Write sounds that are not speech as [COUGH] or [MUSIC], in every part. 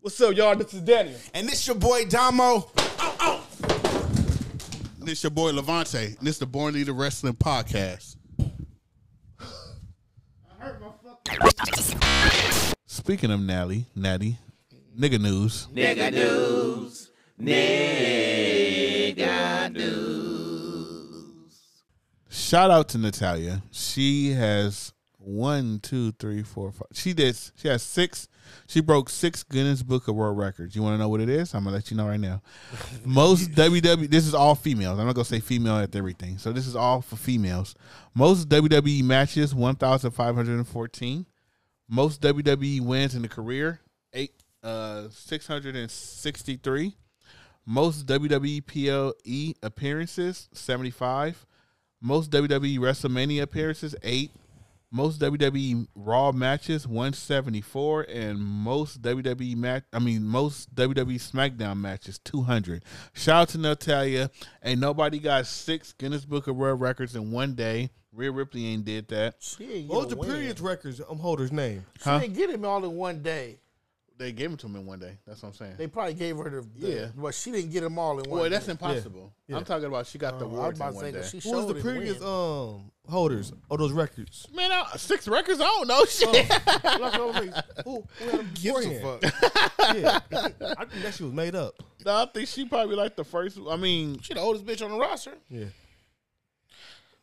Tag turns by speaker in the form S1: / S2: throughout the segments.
S1: What's up, y'all? This is Daniel.
S2: And this your boy Damo.
S3: This your boy Levante. And this the Born Leader Wrestling Podcast. Speaking of Nally, Natty, nigga news.
S4: Nigga news.
S3: Shout out to Natalia. She has one, two, three, four, five. She did. She has six. She broke six Guinness Book of World Records. You want to know what it is? I'm gonna let you know
S4: [LAUGHS]
S3: right now. Most WWE. This is all females. I'm not gonna say female at everything. So this is all for females. Most WWE matches, one thousand five hundred and fourteen. Most WWE wins in the career, eight uh six hundred and sixty three. Most E WWE PLE appearances, seventy five. Most WWE WrestleMania appearances, eight. Most WWE Raw matches, one seventy four, and most WWE match. I mean, most WWE SmackDown matches, two hundred. Shout out to Natalia. Ain't nobody got six Guinness Book of World Records in one day. Rhea Ripley ain't did that.
S1: What was the previous records um, holder's name?
S3: Huh?
S4: They get him all in one day.
S3: They gave them to him in one day. That's what I'm saying.
S4: They probably gave her the, the
S3: Yeah.
S4: Well, she didn't get them all in one.
S3: Well, that's
S4: day.
S3: impossible. Oh, I'm talking about she got the
S4: I was
S3: awards
S4: about
S3: in
S4: to say
S3: one day.
S4: 'cause she
S1: What was
S4: showed
S1: the
S4: it
S1: previous
S4: when.
S5: uh,
S1: um holders of those [LAUGHS] records?
S3: Man, I, six records? I don't know [LAUGHS] shit.
S1: Like, I was like, who, who had them
S4: Gives a
S1: beforehand?
S4: fuck.
S1: [LAUGHS] Yeah. I think that shit was made up.
S3: no, I think she probably like the first. I mean,
S5: [LAUGHS] She the oldest bitch on the roster.
S1: Yeah.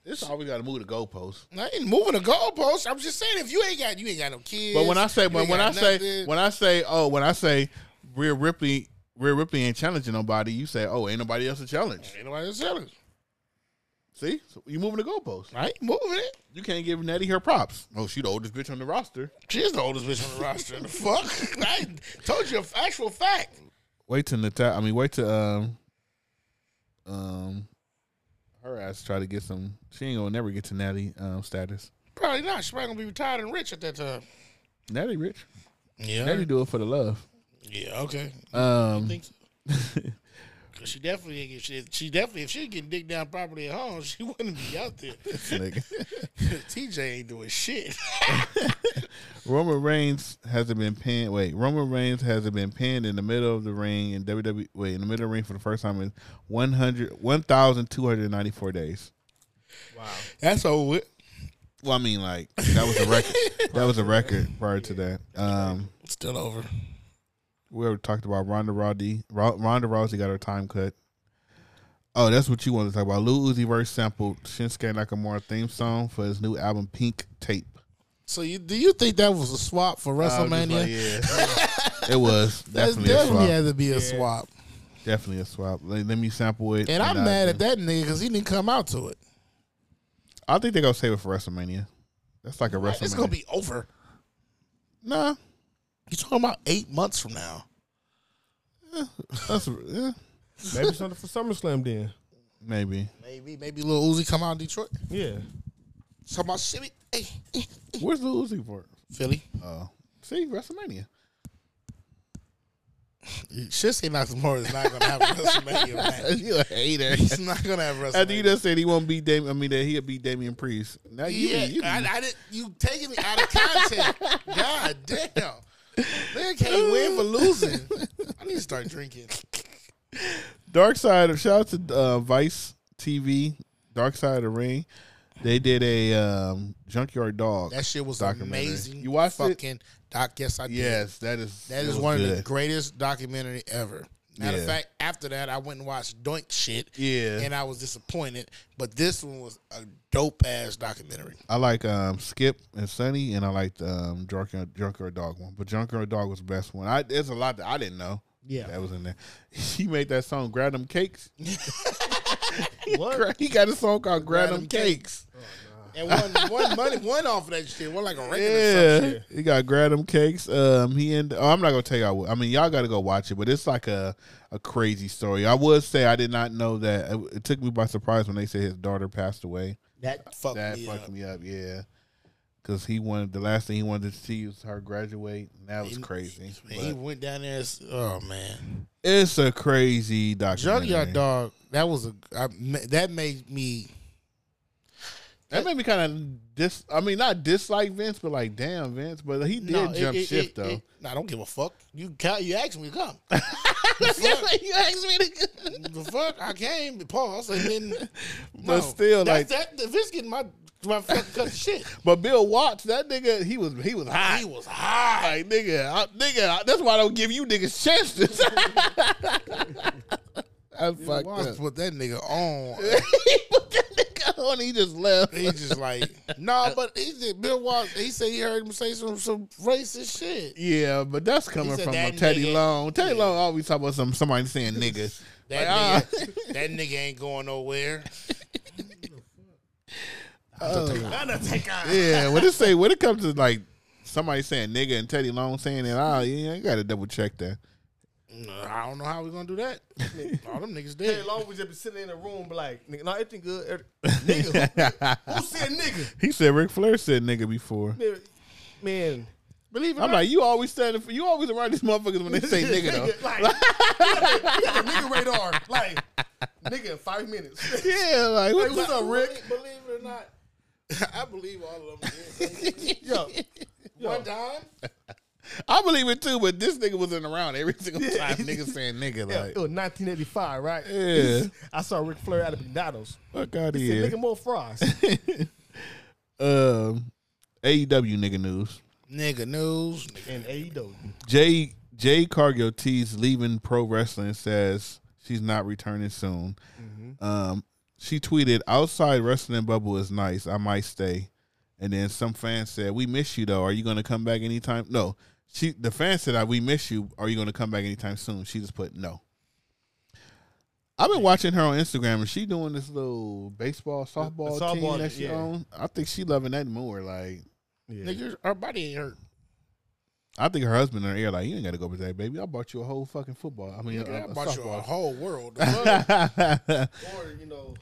S3: it's always got to move the goalpost.
S5: I ain't moving the goalpost. I'm just saying if you ain't got you ain't got no kids.
S3: But when I say
S5: you
S3: when,
S5: ain't
S3: when I
S5: got
S3: say
S5: nothing.
S3: when I say oh when I say Rhea Ripley Rhea Ripley ain't challenging nobody, you say oh ain't nobody else a challenge.
S5: ain't nobody selling.
S3: See, so you moving the goalpost.
S5: I ain't moving it.
S3: You can't give Nettie her props. Oh, she the oldest bitch on the roster.
S5: She's the oldest bitch on the roster. The fuck? [LAUGHS] I told you an actual fact.
S3: Wait till Natal. I mean, wait till um um her ass try to get some. She ain't gonna never get to Natty um status.
S5: Probably not. She probably gonna be retired and rich at that time.
S3: Natty rich.
S5: Yeah.
S3: Natty do it for the love.
S5: Yeah. Okay.
S3: Um,
S5: think so.
S3: [LAUGHS]
S5: 'Cause she definitely ain't get shit. She definitely if she get digged down properly at home, she [LAUGHS] wouldn't be out there.
S3: nigga.
S5: TJ ain't doing shit.
S3: [LAUGHS] Roman Reigns hasn't been pinned. Wait, Roman Reigns hasn't been pinned in the middle of the ring in WWE. Wait, in the middle of the ring for the first time in 100 1,294 days.
S5: That's over with.
S3: Well, I mean, like that was a [LAUGHS] record. that was a record prior to that. Um,
S5: Still over.
S3: we already talked about Ronda Rousey. Ro- Ronda Rousey got her time cut. Oh, that's what you wanted to talk about. Lil Uzi Vert sampled Shinsuke Nakamura theme song for his new album Pink Tape.
S5: So you do you think that was a swap for
S3: I was just
S5: WrestleMania?
S3: like, yeah.
S5: [LAUGHS]
S3: it was
S5: That's
S3: definitely,
S5: definitely,
S3: a swap.
S5: had to be a swap.
S3: Definitely a swap. Let, let me sample it.
S5: And I'm
S3: I-
S5: mad at that nigga because he didn't come out to it.
S3: I think they're gonna save it for WrestleMania. That's like a WrestleMania.
S5: It's gonna be over.
S3: nah.
S5: You talking about eight months from now?
S3: That's yeah,
S1: Maybe something for SummerSlam then.
S3: maybe.
S5: Maybe, maybe Lil Uzi come out in Detroit.
S1: [LAUGHS] Yeah.
S5: Talking about shit. Hey, eh,
S3: Where's the Uzi for?
S5: Philly.
S3: Oh, see
S5: [LAUGHS]
S3: WrestleMania.
S5: Shinsuke Nakamura is not gonna have [LAUGHS] a
S3: [LAUGHS]
S5: WrestleMania match.
S3: You a hater.
S5: He's not gonna have WrestleMania.
S3: After you just said he won't beat Damian, I mean that he'll beat Damian Priest. Now you,
S5: yeah,
S3: you,
S5: I, I didn't. You taking me out
S3: [LAUGHS]
S5: of context. God damn. Nigga can't win for losing. I need to start drinking.
S3: Dark Side of shout out to uh, Vice TV, Dark Side of the Ring. They did a um, Junkyard Dog.
S5: That shit was
S3: Documentary.
S5: amazing.
S3: You watched it?
S5: fucking doc. Yes, I did.
S3: yes, that is
S5: That
S3: it
S5: is
S3: was
S5: one of the
S3: good.
S5: greatest documentary ever. Matter
S3: Yeah.
S5: of fact, after that, I went and watched Doink shit.
S3: Yeah.
S5: and I was disappointed. But this one was a dope ass documentary.
S3: I like um, Skip and Sunny, and I liked um, Junkyard, Junkyard Dog one. But Junkyard Dog was the best one. I, there's a lot that I didn't know.
S4: Yeah.
S3: that was in there. [LAUGHS] He made that song "Grab Them Cakes." [LAUGHS]
S1: What?
S3: He got a song called "Grab, Them Cakes."
S5: [LAUGHS] And one, one money, one off of that shit. One like a regular.
S3: Yeah, he got "Grab Them Cakes." Um, he and oh, I'm not gonna tell y'all. What, I mean, y'all got to go watch it, but it's like a a crazy story. I would say I did not know that. It, it took me by surprise when they said his daughter passed away.
S4: That
S6: Oh,
S5: Fuck
S3: That
S5: me
S3: fucked
S5: up.
S3: me up. Yeah. Cause he wanted the last thing he wanted to see was her graduate. And that was crazy.
S5: And he went down there. and s- Oh man,
S3: It's a crazy documentary.
S5: Junkyard Dog. That was a I, ma- that made me.
S3: That made me kind of dis. I mean, not dislike Vince, but like, damn Vince. But he did
S6: No, it-
S3: jump
S6: it- it-
S3: shift
S6: it-
S3: though.
S6: nah, I don't give a fuck. You ca- you asked me to
S3: [LAUGHS]
S6: come.
S3: you asked me to.
S6: the fuck? I came, pause, and then.
S3: [LAUGHS] But still,
S6: that's,
S3: like-
S6: that. If it's getting my my fucking cut to
S3: [LAUGHS]
S6: shit,
S3: But Bill Watts, that nigga, he was he was hot.
S6: he was high.
S3: Like nigga, I, nigga, I- that's why I don't give you niggas chances. [LAUGHS] I fucked
S6: I
S3: up. [LAUGHS]
S6: put that nigga on.
S3: he put that nigga on. He just left.
S6: He just like no, but he did. Bill Walsh. He said he heard him say some some racist shit.
S3: Yeah, but that's coming
S6: said
S3: from a
S6: that
S3: Teddy
S6: nigga-
S3: Long. Teddy Long always talk about some somebody
S6: [LAUGHS]
S3: saying nigga.
S6: That
S3: Like, ah,
S6: nigga, [LAUGHS] that nigga ain't going nowhere.
S3: [LAUGHS]
S6: Uh,
S3: Yeah, when it say when it comes to like somebody saying nigga and Teddy Long saying it, oh yeah, you gotta double check that.
S6: No, I don't know how we gonna do that. All them niggas dead.
S1: Long we just be sitting in a room, be like, nigga, no, everything good. every- nigga,
S3: [LAUGHS]
S1: who, who said nigga?
S3: [LAUGHS] He said Ric Flair said nigga before.
S1: Man, man, believe it.
S3: I'm like, you always standing for you always around these motherfuckers when they say nigga
S1: [LAUGHS]
S3: though.
S1: Like, you got the- you got the nigga radar. Like, nigga, in five minutes. [LAUGHS]
S3: [LAUGHS]
S1: Hey,
S3: Yeah, like what
S1: what's up, Rick?
S6: Believe it or not, [LAUGHS] I believe all of them.
S1: Yo,
S6: One time,
S3: the- I believe it too, but this nigga wasn't around every single time. nigga saying nigga,
S1: [LAUGHS] yeah,
S3: like
S1: it was 1985, right?
S3: Yeah.
S1: [LAUGHS] I saw Ric Flair at the McDonald's.
S3: fuck out of
S1: Said,
S3: here.
S1: Nigga,
S6: [LAUGHS]
S1: more fries.
S3: Um, AEW nigga news.
S6: nigga news.
S1: and E AEW.
S3: Jay Jay Cargill teased leaving pro wrestling and says she's not returning soon.
S1: Mm-hmm.
S3: Um, she tweeted, "Outside wrestling bubble is nice. I might stay." And then some fans said, "We miss you though. Are you going to come back anytime?" No, she the fans said, "I we miss you. Are you going to come back anytime soon?" She just put no. I've been watching her on Instagram, and she doing this little baseball, softball,
S1: softball,
S3: team that she
S1: yeah.
S3: on. I think she loving that more. Like,
S1: Yeah.
S6: Nigga, her body ain't hurt.
S3: I think her husband in her ear like, you ain't got to go with that, baby. I bought you a whole fucking football. I mean,
S6: Nigga,
S3: a-
S6: I
S3: a
S6: bought you a
S3: softball.
S6: whole world. The fuck?
S3: [LAUGHS]
S1: Or, you know,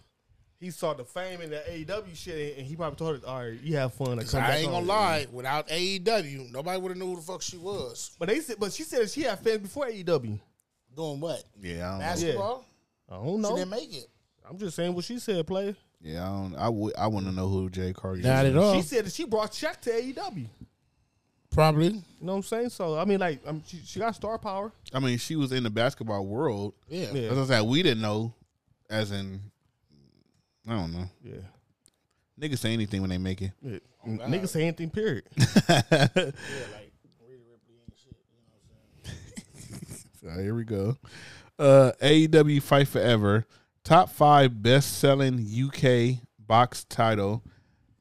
S1: he saw the fame in the AEW shit and he probably told her, all right, you have fun. Like, come
S6: I
S1: back
S6: ain't gonna
S1: on."
S6: lie. Without AEW, nobody would have knew who the fuck she was
S1: But they said, but she said that she had fans before E AEW.
S6: doing what
S3: Yeah, I don't know.
S6: basketball.
S1: I don't
S6: She
S1: know.
S6: didn't make it.
S1: I'm just saying what she said, play.
S3: yeah, I don't. I would. I want to know who Jay Cargill.
S6: Not
S3: is.
S6: at all.
S1: She said that she brought check to E AEW. You
S6: Probably.
S1: know what I'm saying? So, I mean, like, i she, she got star power.
S3: I mean, she was in the basketball world.
S6: Yeah.
S1: Yeah.
S3: As I said, we didn't know. As in, I don't know.
S1: Yeah.
S3: Niggas say anything when they make it.
S1: yeah.
S6: Oh,
S1: Niggas say anything, period.
S3: So here we go. Uh, AEW Fight Forever, top five best selling UK box title,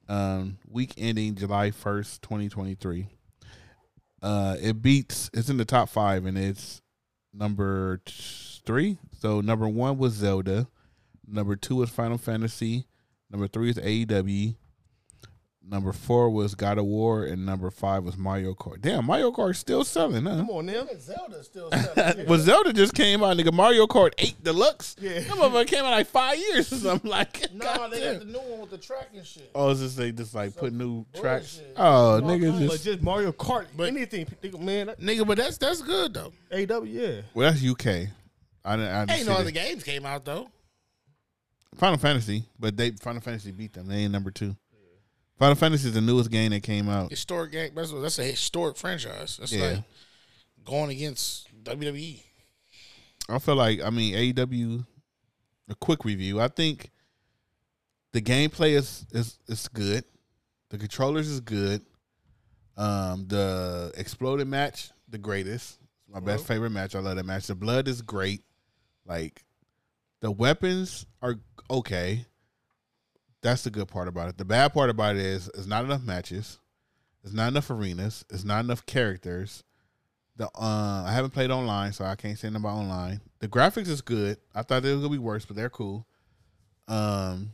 S3: um, week ending July 1st, 2023. Uh, it beats, it's in the top five and it's number t- three. So number one was Zelda, number two was Final Fantasy, number three is AEW. Number four was God of War, and number five was Mario Kart. Damn, Mario Kart's still selling, huh?
S1: Come on now.
S6: Zelda still selling.
S3: But Uh, Zelda just came out, nigga. Mario Kart 8 Deluxe.
S1: Yeah.
S3: That motherfucker came out like five years or something.
S6: [LAUGHS]
S3: Like,
S6: no, they got the new one with the track and shit.
S3: Oh, it's just they just like put new tracks.
S6: bullshit.
S3: Oh, nigga,
S1: But
S3: just
S1: just Mario Kart, anything, nigga, man, that-
S6: Nigga, but that's that's good though.
S1: AEW, yeah.
S3: well, that's UK. I didn't. I didn't
S6: Ain't
S3: see
S6: no other
S3: that.
S6: games came out though.
S3: Final Fantasy, but they Final Fantasy beat them. They ain't number two. Final Fantasy is the newest game that came out.
S6: Historic game. That's, that's a historic franchise. That's
S3: Yeah.
S6: like going against E. WWE.
S3: I feel like I mean AEW. A quick review. I think the gameplay is is is good. The controllers is good. Um, the exploded match, the greatest. It's my best favorite match. I love that match. The blood is great. Like the weapons are okay. That's the good part about it. The bad part about it is it's not enough matches. It's not enough arenas. It's not enough characters. The uh, I haven't played online, so I can't say nothing about online. The graphics is good. I thought they were gonna be worse, but they're cool. Um,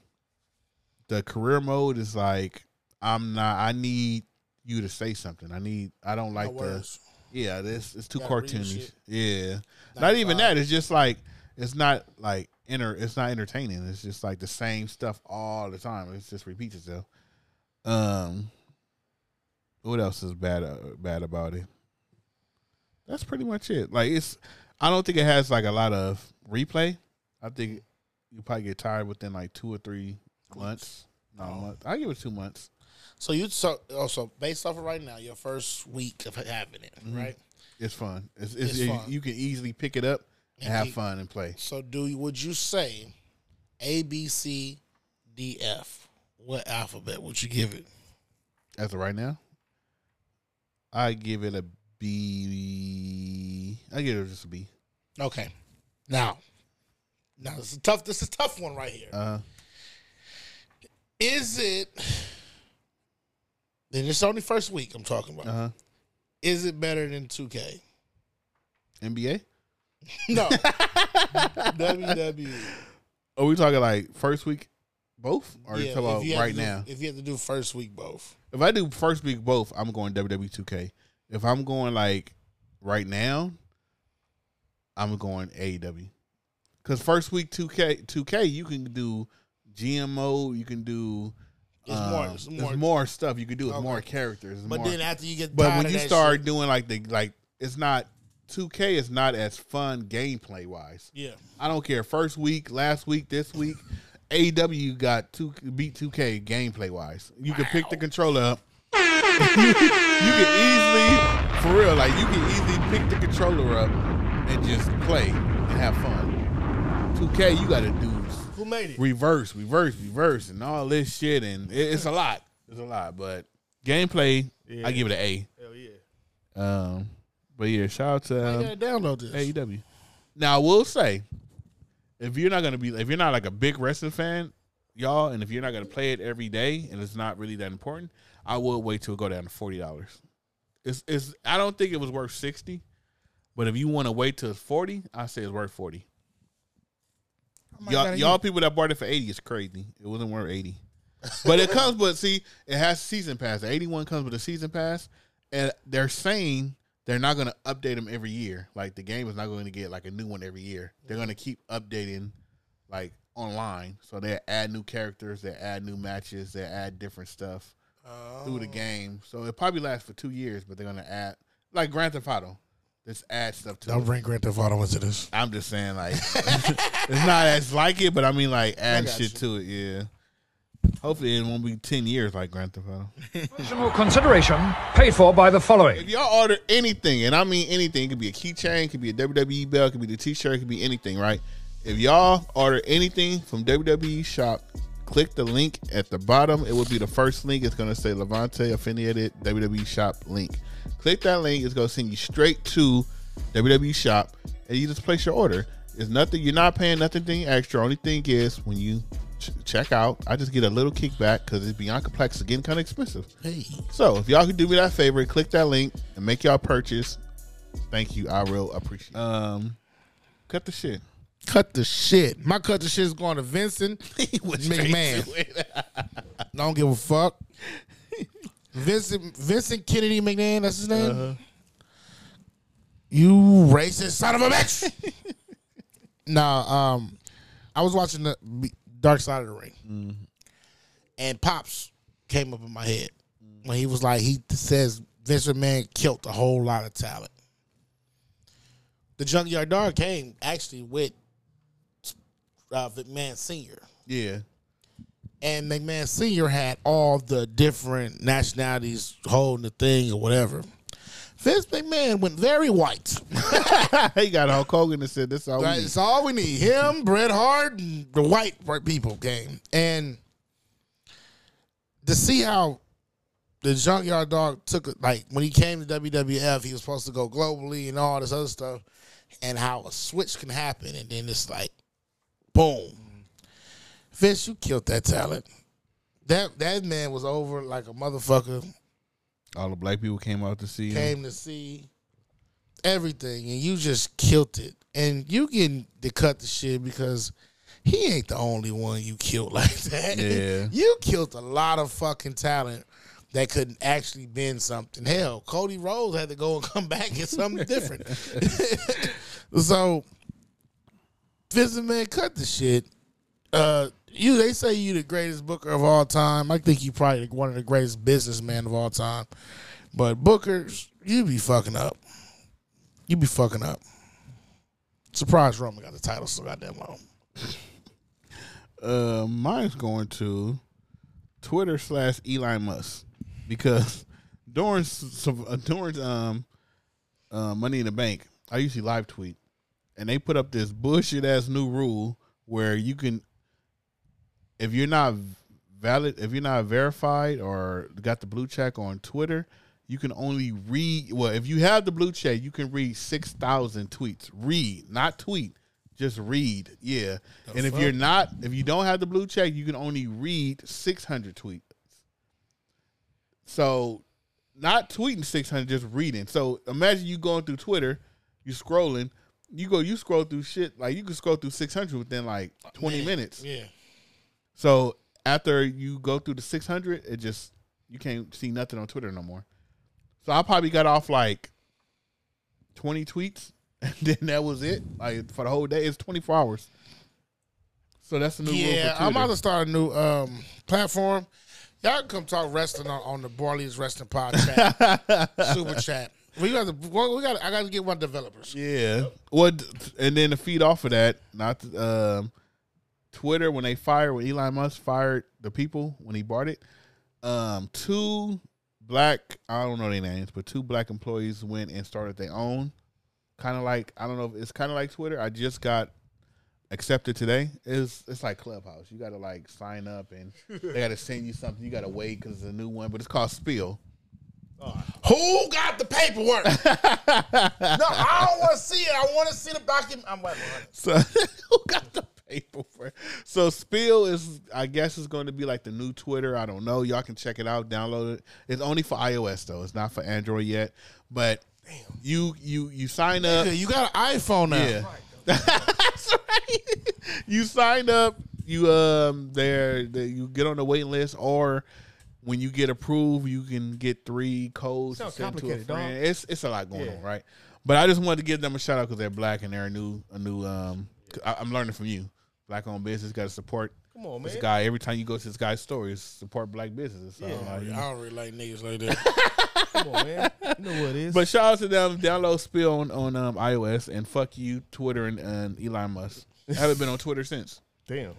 S3: the career mode is like I'm not. I need you to say something. I need. I don't like
S6: No
S3: the.
S6: words.
S3: Yeah, this it's too
S6: Gotta read the
S3: cartoonish.
S6: shit.
S3: Yeah, not, even that. It's just like it's not like enter. It's not entertaining. It's just like the same stuff all the time. It just repeats itself. Um, what else is bad uh, bad about it? That's pretty much it. Like it's, I don't think it has like a lot of replay. I think you probably get tired within like two or three months. No,
S6: Oh.
S3: a month. I give it two months.
S6: So you so oh, so based off of right now, your first week of having it,
S3: Mm-hmm.
S6: right?
S3: It's fun. It's, it's,
S6: It's
S3: you-
S6: fun.
S3: You can easily pick it up and have
S6: you-
S3: fun and play.
S6: So do you- would you say A B C D F? What alphabet would you give it?
S3: As of right now, I give it a B. I give it just a B.
S6: Okay. Now, now this is tough. This is a tough one right here.
S3: Uh,
S6: Is it? Then it's only first week I'm talking about.
S3: Uh-huh.
S6: Is it better than
S3: [LAUGHS]
S6: 2K?
S3: NBA.
S6: No. E. WWE.
S3: Are we talking like first week, both? Or are you
S6: Yeah,
S3: talking
S6: if you
S3: about
S6: had
S3: right
S6: to do-
S3: now?
S6: If you had to do first week both.
S3: If I do first week both, I'm going WWE 2K. If I'm going like right now, I'm going AEW. Cause first week 2K 2K you can do GMO, you can do
S6: It's
S3: um,
S6: more- it's
S3: there's
S6: more-
S3: stuff you can do with more characters.
S6: But
S3: more-
S6: then after you get
S3: but
S6: tired
S3: when
S6: of
S3: you
S6: that
S3: start
S6: shit-
S3: doing like the like it's not 2K is not as fun gameplay wise.
S6: yeah,
S3: I don't care. First week, last week, this week, AW got two beat two K gameplay wise. You can pick the controller up. [LAUGHS] you can easily, for real, like you can easily pick the controller up and just play and have fun. Two K, you got to do
S1: Who made it?
S3: reverse, reverse, reverse, and all this shit, and it, it's a lot. It's a lot, but gameplay, I give it an
S1: Hell yeah.
S3: A. Um, but yeah, shout out to. um,
S6: you gotta download this.
S3: AEW. Now I will say, if you're not gonna be, if you're not like a big wrestling fan, y'all, and if you're not gonna play it every day, and it's not really that important, I will wait till it go down to forty dollars. It's, it's. I don't think it was worth sixty, but if you want to wait till it's forty, I say it's worth forty. Y'all, y'all people that bought it for eighty is crazy. It wasn't worth eighty, but it comes. But see, it has season pass. The eighty one comes with a season pass, and they're saying they're not going to update them every year. Like the game is not going to get like a new one every year. They're going to keep updating, like online. So they add new characters, they add new matches, they add different stuff
S6: Oh.
S3: through the game. So it probably lasts for two years, but they're going to add like Grand Theft Auto. Just add stuff to it.
S6: Don't bring Grand Theft Auto into this.
S3: I'm just saying, like, [LAUGHS] it's not as like it, but I mean, like, add shit to it, yeah. Hopefully, it won't be 10 years like Grand Theft Auto.
S7: Additional consideration paid for by the following.
S3: If y'all order anything, and I mean anything, it could be a keychain, it could be a WWE belt, it could be the t shirt, it could be anything, right? If y'all order anything from WWE Shop, click the link at the bottom. It will be the first link. It's going to say Levante Affiliated WWE Shop link. Click that link. It's going to send you straight to WWE Shop, and you just place your order. It's nothing. You're not paying nothing thing extra. Only thing is when you ch- check out, I just get a little kickback because it's beyond complex again, kind of expensive. So if y'all could do me that favor, click that link and make y'all purchase. Thank you. I real appreciate. It. Um, cut the shit.
S6: Cut the shit. My cut the shit's going to [LAUGHS] Vincent
S3: [LAUGHS]
S5: McMahon. Don't give a fuck. Vincent Vincent Kennedy McMahon, that's his name. You racist son of a bitch. nah, um, I was watching the B- Dark Side of the Ring, and Pops came up in my head when he was like, he says Vince McMahon killed a whole lot of talent. The Junkyard Dog came actually with uh, McMahon Senior
S3: Yeah,
S5: and McMahon Senior had all the different nationalities holding the thing or whatever. Vince McMahon went very white.
S3: [LAUGHS] he got Hulk Hogan and said this. All Oh, we
S5: Right,
S3: need."
S5: it's all we need. Him, Bret Hart, and the white white people game, and to see how the Junkyard Dog took it. Like when he came to WWF, he was supposed to go globally and all this other stuff, and how a switch can happen, and then it's like, boom, Vince, you killed that talent. That that man was over like a motherfucker.
S3: All the black people came out to see him.
S5: Came to see everything, and you just killed it. And you getting to cut the shit because he ain't the only one you killed [LAUGHS] like that.
S3: Yeah.
S5: you killed a lot of fucking talent that couldn't actually been something. Hell, Cody Rhodes had to go and [LAUGHS] come back and something different. [LAUGHS] so, Vincent man, cut the shit. Uh, you they say you the greatest booker of all time. I think you probably one of the greatest businessmen of all time. But bookers, you be fucking up. You be fucking up. Surprise Roman got the title so goddamn long.
S3: Uh, mine's going to Twitter slash Elon Musk because [LAUGHS] during some uh, during um uh, Money in the Bank, I usually live tweet, and they put up this bullshit ass new rule where you can, if you're not valid, if you're not verified or got the blue check on Twitter, you can only read. Well, if you have the blue check, you can read six thousand tweets. Read, not tweet. Just read, yeah. and if you're not, if you don't have the blue check, you can only read six hundred tweets. So not tweeting 600 just reading so imagine you going through twitter you scrolling you go you scroll through shit like you can scroll through 600 within like 20 minutes
S5: Yeah.
S3: so after you go through the 600 it just you can't see nothing on twitter no more so i probably got off like 20 tweets [LAUGHS] and then that was it like for the whole day it's 24 hours so that's the new rule
S5: Yeah,
S3: for
S5: I'm
S3: Twitter.
S5: about to start a new um, platform. Y'all can come talk wrestling on, on the Barley's Wrestling Podcast Super Chat. We got to, we got I got to get one developers.
S3: Yeah. What? And then to feed off of that, not um, Twitter when they fired when Elon Musk fired the people when he bought it. Um, two black I don't know their names, but two black employees went and started their own. Kind of like I don't know. if It's kind of like Twitter. I just got accepted today. It's it's like Clubhouse. You got to like sign up and they got to send you something. You got to wait because it's a new one, but it's called Spill.
S6: Who got the paperwork? no, I don't want to see it. I want to see the document. I'm waiting. for it.
S3: [LAUGHS] So who got the paper for? So Spill is, I guess, is going to be like the new Twitter. I don't know. Y'all can check it out, download it. It's only for iOS though. It's not for Android yet. But you you you sign up.
S5: Yeah, you got an iPhone now.
S3: Yeah. [LAUGHS] That's right. You sign up. You um there there- you get on the waiting list or when you get approved, you can get three codes to send
S1: Sound
S3: to a
S1: complicated, dog.
S3: friend. It's it's a lot going
S1: Yeah.
S3: on, right? But I just wanted to give them a shout out because they're black and they're a new a new um. I, I'm learning from you. Black owned business got to support.
S1: Come on,
S3: This
S1: man.
S3: guy every time you go to this guy's stories, support black businesses. So, like, you know.
S5: I don't really like niggas
S6: [LAUGHS]
S5: like that.
S1: Come on, man. You know what it is.
S3: But shout out to them. Download Spill on, on um, iOS and fuck you, Twitter and, and Elon Musk. I haven't been on Twitter since.
S1: damn.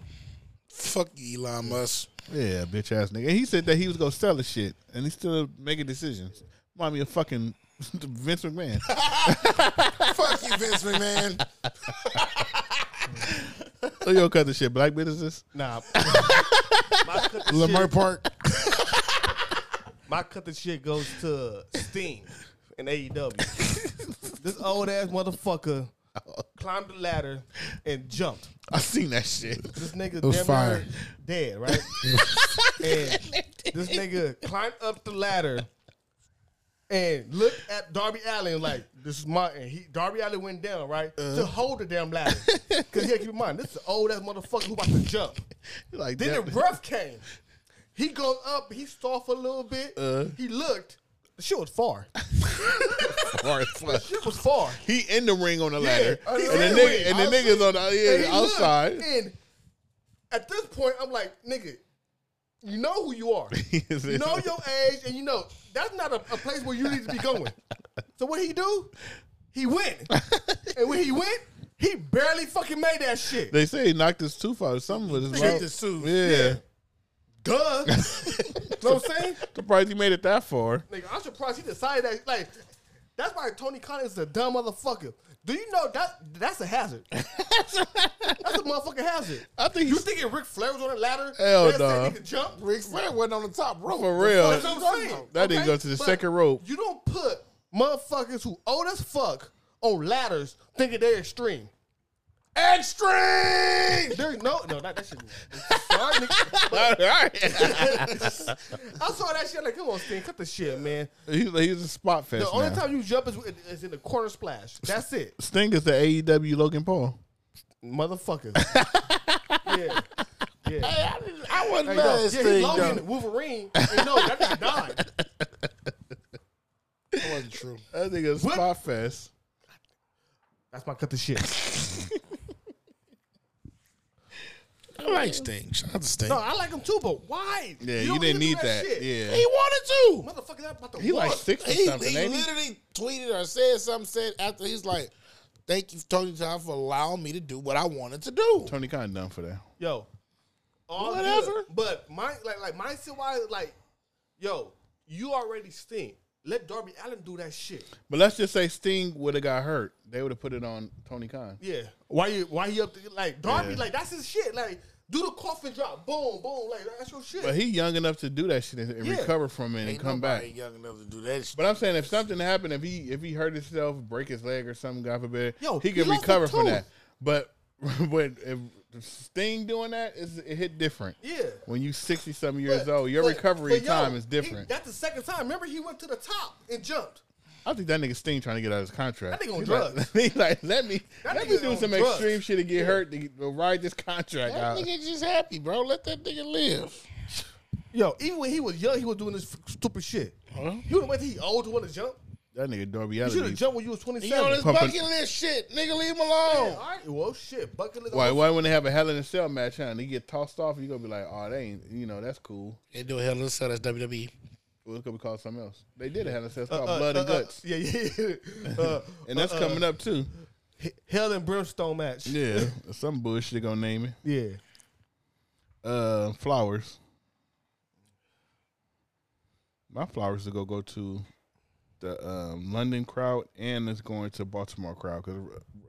S5: Fuck you, Elon Musk.
S3: [LAUGHS] Yeah, bitch ass nigga. And he said that he was gonna sell the shit, and he's still making decisions. Remind me of fucking [LAUGHS] Vince [LAUGHS] McMahon.
S5: Fuck you, Vince [LAUGHS] McMahon.
S3: so yo, cut the Oh, shit. Black businesses.
S1: [LAUGHS] Nah.
S5: Lamar Park.
S1: [LAUGHS] My cut the shit goes to Sting
S5: [LAUGHS]
S1: and AEW. this old ass motherfucker
S5: Oh.
S1: climbed the ladder and jumped.
S3: I seen that shit. [LAUGHS]
S1: This nigga
S5: was
S1: damn
S5: fire.
S1: near
S5: [LAUGHS]
S1: dead, right? and this nigga climbed up the ladder and looked at Darby Allen like, this is my and he Darby Allen went down, right?
S5: Uh-huh.
S1: To hold the damn ladder. Cause yeah, keep in mind, this is an old ass motherfucker who about to jump.
S3: Like
S1: Then
S3: that-
S1: the breath came. He goes up. He stalled for a little bit.
S5: Uh-huh.
S1: he looked. The shit was far.
S3: far as fuck.
S1: Shit
S5: [LAUGHS]
S1: was far.
S3: He in the ring on the ladder,
S1: Yeah,
S3: and,
S1: he in
S3: the
S1: the
S3: nigga,
S1: ring.
S3: and the
S1: I
S3: niggas on the
S1: And
S3: yeah,
S1: he looked,
S3: outside. [LAUGHS]
S1: And at this point, I'm like, nigga, you know who
S5: [LAUGHS]
S1: you are.
S3: [LAUGHS]
S1: you know your age, and you know that's not a, a place where you need to be going. So what he do?
S3: [LAUGHS]
S1: He went, and when he went, he barely fucking made that shit.
S3: They say he knocked his tooth out. Something with his mouth.
S1: his tooth.
S3: Yeah, [LAUGHS]
S1: Duh. know what I'm saying?
S3: surprised he made it that far.
S1: Nigga, I'm surprised he decided that. Like, that's why Tony Khan is a dumb motherfucker. Do you know that that's
S3: [LAUGHS]
S1: a hazard? that's a motherfucking hazard.
S3: I think
S1: You
S3: he's
S1: thinking Ric Flair was on the ladder?
S3: Hell
S1: They said
S3: nah.
S1: He could jump.
S5: Rick Flair wasn't on the top rope.
S3: for real.
S1: That's what I'm saying.
S3: That didn't go to the
S1: But
S3: second rope.
S1: You don't put motherfuckers who old as fuck on ladders thinking they're extreme. Extreme. There's no no not that shit. Sorry, nigga. [LAUGHS]
S3: [LAUGHS] All right.
S1: I saw that shit like come on, Sting, cut the shit, man.
S3: he's, he's a spot fest.
S1: The only
S3: now.
S1: time you jump is, is in the corner splash. That's it.
S3: Sting is the AEW Logan Paul. [LAUGHS]
S1: motherfucker. yeah. Yeah.
S5: I, I wasn't
S1: Hey,
S5: mad
S1: no,
S5: at
S1: yeah,
S5: this
S1: he
S5: thing,
S1: Logan
S5: though.
S1: Wolverine. Hey, no, that nigga died.
S5: That wasn't true.
S3: [LAUGHS] That nigga's
S1: What?
S3: spot fest.
S1: That's my cut the shit.
S5: I like Sting. Shout out to Sting.
S1: No, I like him too, but why?
S3: Yeah, you,
S1: don't
S3: didn't need
S1: do
S3: that.
S1: shit.
S3: Yeah.
S5: he wanted to.
S1: Motherfucker, that about to
S3: He like
S1: walk.
S3: six or
S5: He, he
S3: something. ain't he?
S5: literally tweeted or said something. Said after he's like, "Thank you, Tony Khan, for allowing me to do what I wanted to do."
S3: Tony Khan done for that.
S1: Yo, all
S5: Whatever.
S1: good. But my like like mindset wise, like, yo, you already stink. Let Darby Allen do that shit.
S3: But let's just say Sting would have got hurt. They would have put it on Tony Khan.
S1: Yeah. Why you why you up to like Darby?
S3: Yeah.
S1: Like that's his shit. Like do the coffin drop, boom, boom. Like that's your shit.
S3: But he young enough to do that shit and, and
S1: Yeah.
S3: recover from it and
S5: Ain't
S3: come back.
S5: nobody young enough to do that shit.
S3: But I'm saying if something happened, if he if he hurt himself, break his leg or something, God forbid,
S1: Yo,
S3: he
S1: he
S3: could
S1: lost a
S3: recover from
S1: tooth.
S3: that. But [LAUGHS] when if Sting doing that, it's, it hit different.
S1: Yeah.
S3: When you sixty something
S1: But-
S3: years old, your
S1: but-
S3: recovery
S1: but yo,
S3: time is
S1: he-
S3: different.
S1: that's the second time. Remember, he went to the top and jumped.
S3: I think that nigga Sting trying to get out of his contract.
S1: That nigga on
S3: He
S1: drugs.
S3: Like, [LAUGHS] he like, let me
S1: That
S3: let
S1: nigga
S3: me do
S1: on
S3: some
S1: drugs.
S3: extreme shit and get hurt to get- to ride this contract
S5: That
S3: out.
S5: nigga just happy, bro. Let that nigga live.
S1: Yo, even when he was young, he was doing this f- stupid shit. You know what? He old to want to jump.
S3: That nigga Darby
S1: You should have
S3: Allin.
S1: jumped when you was twenty
S5: He on
S1: seven.
S5: his
S3: Pumping-
S5: bucket list shit. Nigga, leave him alone.
S1: All right. Well, shit. Bucket list.
S3: Why why when they have a Hell in a Cell match huh, and he get tossed off, you gonna be like, oh, they ain't you know that's cool.
S5: They do a hell of a sell. That's E. WWE.
S3: Well, it's gonna be called something else. They did a Hell in a Cell. It's
S1: Uh,
S3: called
S1: uh,
S3: Blood and
S1: uh, uh,
S3: Guts,
S1: yeah, yeah. [LAUGHS] yeah. Uh,
S3: and that's coming up too.
S1: he- hell and brimstone match. Yeah.
S3: Yeah, some bullshit gonna name it. Uh, flowers. My flowers to go go to the um, London crowd, and it's going to Baltimore crowd because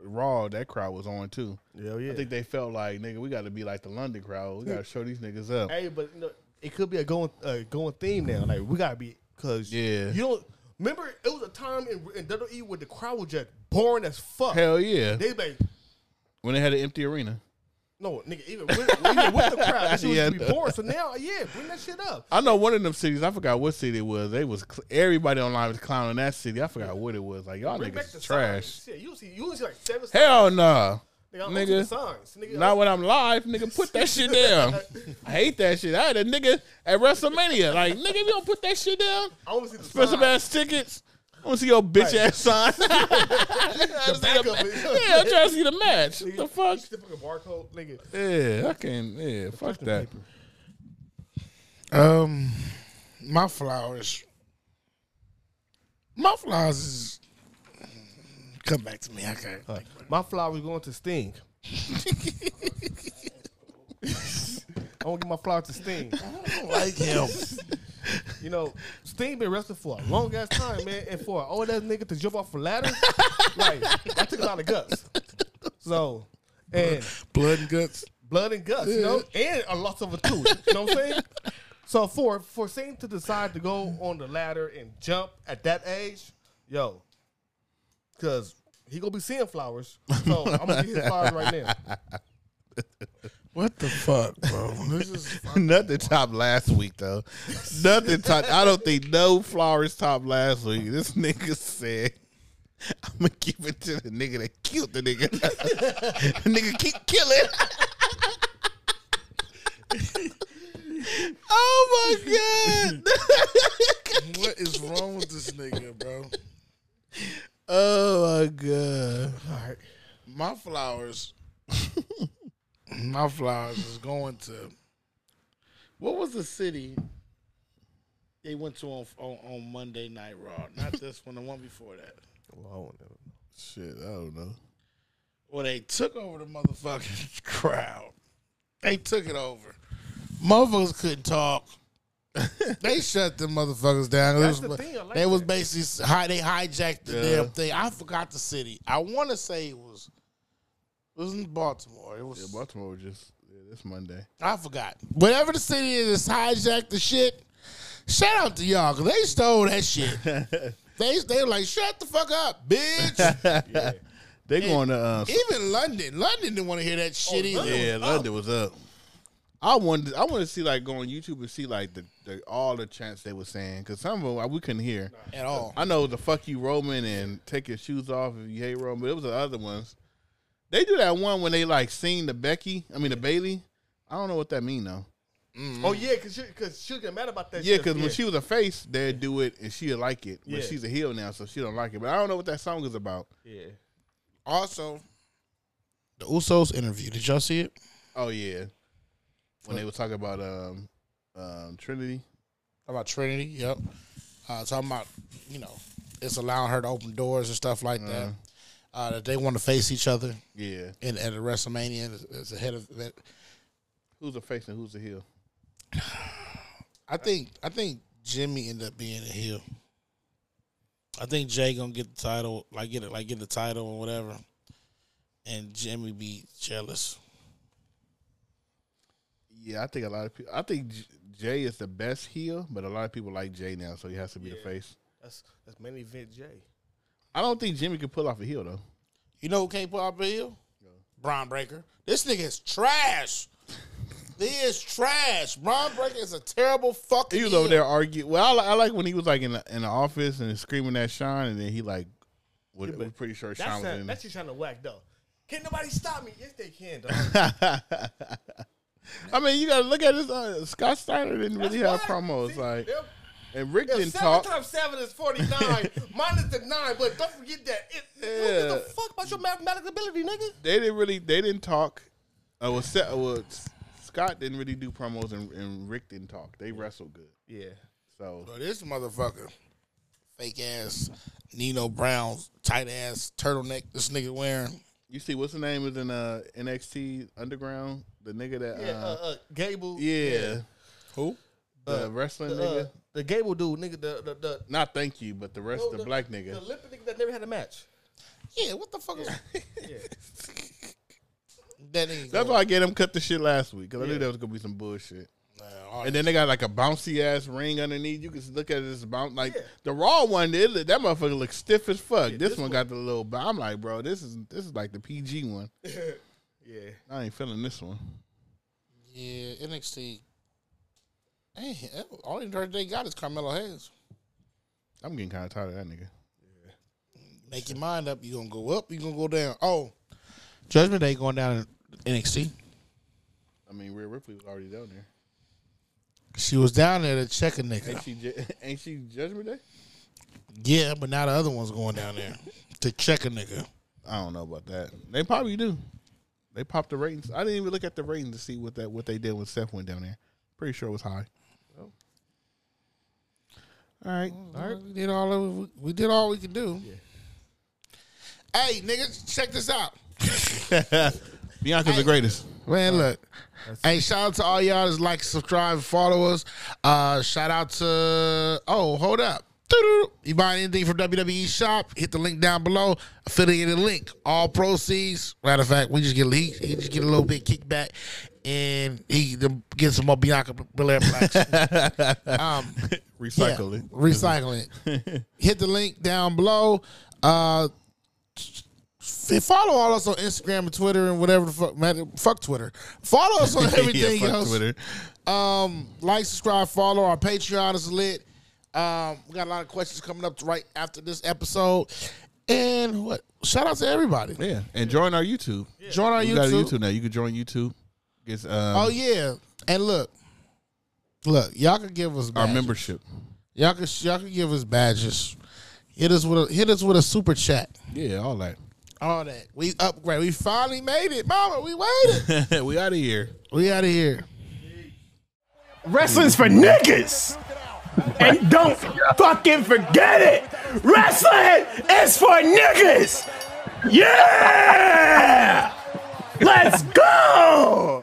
S3: Raw that crowd was on too.
S1: Hell yeah.
S3: I think they felt like nigga, we got to be like the London crowd. We got to show these niggas up.
S1: hey, but you know, it could be a going uh, going theme now. Like we gotta be because
S3: Yeah.
S1: you don't remember it was a time in, in WWE where the crowd was just boring as fuck.
S3: Hell yeah!
S1: They like
S3: when they had an empty arena.
S1: no nigga even with, even with the
S3: [LAUGHS]
S1: crowd, that shit
S3: Yeah,
S1: was be
S3: no.
S1: boring. So now yeah, bring that shit up.
S3: I know one of them cities. I forgot what city it was. They was cl- everybody online was clowning that city. I forgot what it was. Like y'all
S1: Bring back
S3: niggas
S1: the
S3: is trash.
S1: signs. Shit, you see, you see like seven.
S3: Hell no,
S1: nigga, I'm
S3: nigga.
S1: nigga. signs. Nigga,
S3: Not when I'm live, nigga. Put that shit down.
S1: [LAUGHS]
S3: I hate that shit. I had a nigga at WrestleMania. Like nigga, if you don't put that shit down,
S1: I want to see the
S3: expensive
S1: signs.
S3: ass tickets. I want to see your bitch ass
S1: [LAUGHS]
S3: sign. [LAUGHS] yeah,
S1: The backup
S3: [LAUGHS]
S1: is- [LAUGHS]
S3: I'm trying to see the match.
S1: Nigga,
S3: the fuck?
S1: you see the fucking barcode, nigga.
S3: Yeah, I can. Yeah, fuck that.
S5: Um, my flowers. My flowers is come back to me. I can't. think.
S1: My flowers going to Sting. I want to give my flower to Sting.
S5: I don't [LAUGHS] like him.
S1: You know, Sting been wrestling for a long ass time, man, and for an old ass nigga to jump off a ladder, like I took a lot of guts. So, and
S5: Blood and guts.
S1: blood and guts, you know, and a loss of a tooth. You know what I'm saying? So for for Sting to decide to go on the ladder and jump at that age, yo, because he gonna be seeing flowers. So I'm gonna get his flowers right now.
S5: What the fuck, bro? this is
S3: [LAUGHS] Nothing top last week though. Nothing top. I don't think no flowers top last week. This nigga said, "I'm gonna give it to the nigga that killed the nigga. [LAUGHS] the nigga keep killing." [LAUGHS] oh my god!
S5: what is wrong with this nigga, bro?
S3: Oh my god!
S5: My flowers. [LAUGHS] my flowers is going to. What was the city they went to on on, on Monday Night Raw? Not this one. The one before that.
S3: Shit, I don't know.
S5: Well, they took over the motherfucking [LAUGHS] crowd. They took it over. Motherfuckers couldn't talk. [LAUGHS] they shut the motherfuckers down. It
S1: That's
S5: was-
S1: the thing, I like
S5: they was
S1: that.
S5: basically hi- they hijacked the damn thing. I forgot the city. I want to say it was it was in Baltimore. It was
S3: Baltimore was just yeah, this Monday.
S5: I forgot. Whatever the city is, that's hijacked the shit. Shout out to y'all because they stole that shit. they they were like shut the fuck up, bitch.
S3: They going to uh,
S5: Even London, London didn't want to hear that
S1: Oh,
S5: shit either.
S3: Yeah, London was up. I wanted I wanted to see like go on YouTube and see like the, the all the chants they were saying because some of them like, we couldn't hear
S5: At all.
S3: I know the fuck you Roman and take your shoes off if you hate Roman, but it was the other ones. They do that one when they like sing the Becky, I mean the Bailey. I don't know what that mean though.
S1: Oh yeah, cause she, cause she'll get mad about that.
S3: Mm. Yeah,
S1: shit.
S3: because when she was a face, they'd do it and she'd like it. But
S1: Yeah.
S3: she's a heel now, so she don't like it. But I don't know what that song is about.
S1: yeah,
S5: Also, the Usos interview. Did y'all see it?
S3: Oh yeah, when they were talking about um, um Trinity.
S5: About Trinity. Yep. Uh, talking about you know, it's allowing her to open doors and stuff like that. Uh, that they want to face each other
S3: Yeah,
S5: in at a WrestleMania as- as a head of event.
S3: Who's a face and who's a heel?
S5: I think I think Jimmy ended up being a heel. I think Jay gonna get the title, like get it, like get the title or whatever, and Jimmy be jealous.
S3: Yeah, I think a lot of people. I think J- Jay is the best heel, but a lot of people like Jay now, so he has to be the face.
S1: That's that's mainly Vince J.
S3: I don't think Jimmy could pull off a heel though.
S5: You know who can't pull off a heel? Braun Breaker. This nigga is trash. he is trash. Braun Breaker is a terrible fucking.
S3: He was
S5: heel.
S3: over there arguing. Well, I, li- I like when he was like in the, in the office and screaming at Sean, and then he like, was, was pretty sure
S1: That's
S3: Sean was
S1: not-
S3: in.
S1: that's you trying to whack though. Can nobody stop me? Yes, they can.
S3: [LAUGHS]
S1: Dog.
S3: I mean, you gotta look at this. Uh, Scott Steiner didn't really have
S1: That's why-
S3: promos
S1: see,
S3: like,
S1: if-
S3: and Rick
S1: if
S3: didn't
S1: seven
S3: talk.
S1: times seven is forty nine,
S3: [LAUGHS]
S1: minus the nine. But don't forget that. It, You don't give
S3: Yeah.
S1: a fuck about your mathematical ability, nigga.
S3: They didn't really. They didn't talk. Uh, well, Se- uh, well, S- Scott didn't really do promos, and, and Rick didn't talk. They wrestled good.
S1: Yeah.
S3: So
S5: But this motherfucker, fake ass Nino Brown's tight ass turtleneck. This nigga wearing.
S3: you see, what's the name is in uh, NXT Underground? The nigga that
S1: Yeah.
S3: yeah,
S1: Uh, uh, Gable.
S3: yeah.
S5: Who?
S3: the wrestling
S1: The,
S3: nigga.
S1: uh, the Gable dude, nigga. The the the,
S3: Not thank you, but the rest
S1: no,
S3: of the, black nigga.
S1: The Olympic nigga that never had a match.
S5: Yeah, what the fuck is [LAUGHS] that? Nigga
S3: That's
S5: go-
S3: why I get them cut the shit last week because I knew that was gonna be some bullshit.
S5: Nah, all
S3: And then they got like a bouncy ass ring underneath. You can look at this bounce like
S1: Yeah.
S3: the raw one. It, look- that motherfucker looks stiff as fuck. this, one, got the little. bou- I'm like, bro, this is this is like the PG one.
S1: Yeah.
S3: I ain't feeling this one.
S5: Yeah, NXT. Hey, all they got is Carmelo Hayes.
S3: I'm getting kind of tired of that nigga.
S5: Make your mind up. You gonna go up? You gonna go down? Oh, Judgment Day going down in NXT.
S3: I mean, Rhea Ripley was already down there.
S5: She was down there to check a
S3: Ain't
S5: nigga.
S3: she? ju- [LAUGHS] Ain't she Judgment Day?
S5: Yeah, but now the other one's going down there to check a nigga.
S3: I don't know about that. They probably do. They popped the ratings. I didn't even look at the ratings to see what that what they did when Seth went down there. Pretty sure it was high. All right.
S5: All right, we did all of, we- we did all we could do. Hey, niggas, check this out.
S3: Bianca's the greatest.
S5: Man, look. Hey, shout out to all y'all that's like, subscribe, follow us. Uh, shout out to oh, hold up. Doo-doo-doo. You buying anything from WWE shop? Hit the link down below. Affiliated link. All proceeds. Matter of fact, we just get he, he just get a little bit kickback, and he the- get some more Bianca Belair plaques. um,
S3: Recycle
S5: yeah,
S3: it. [LAUGHS]
S5: Recycle it. Hit the link down below. Uh, f- follow all us on Instagram and Twitter and whatever the fuck. Man, fuck Twitter. Follow us on
S3: [LAUGHS]
S5: everything
S3: yeah, fuck
S5: else.
S3: Twitter.
S5: Um, like, subscribe, follow. Our Patreon is lit. Um, we got a lot of questions coming up right after this episode. And what? Shout out to everybody.
S3: Yeah. And join our YouTube.
S5: Join our
S3: We got a
S5: YouTube.
S3: YouTube now. You can join YouTube. It's um,
S5: Oh yeah. And look, look, y'all can give us
S3: our
S5: badges.
S3: membership.
S5: Y'all can y'all can give us badges. Hit us with a hit us with a super chat.
S3: Yeah, all that. [LAUGHS]
S5: All that. We upgrade. We finally made it, mama. We
S3: [LAUGHS]
S5: waited.
S3: we out of here.
S5: we out of here.
S8: Wrestling's for niggas. And don't fucking forget it. Wrestling is for niggas. Yeah. Let's go.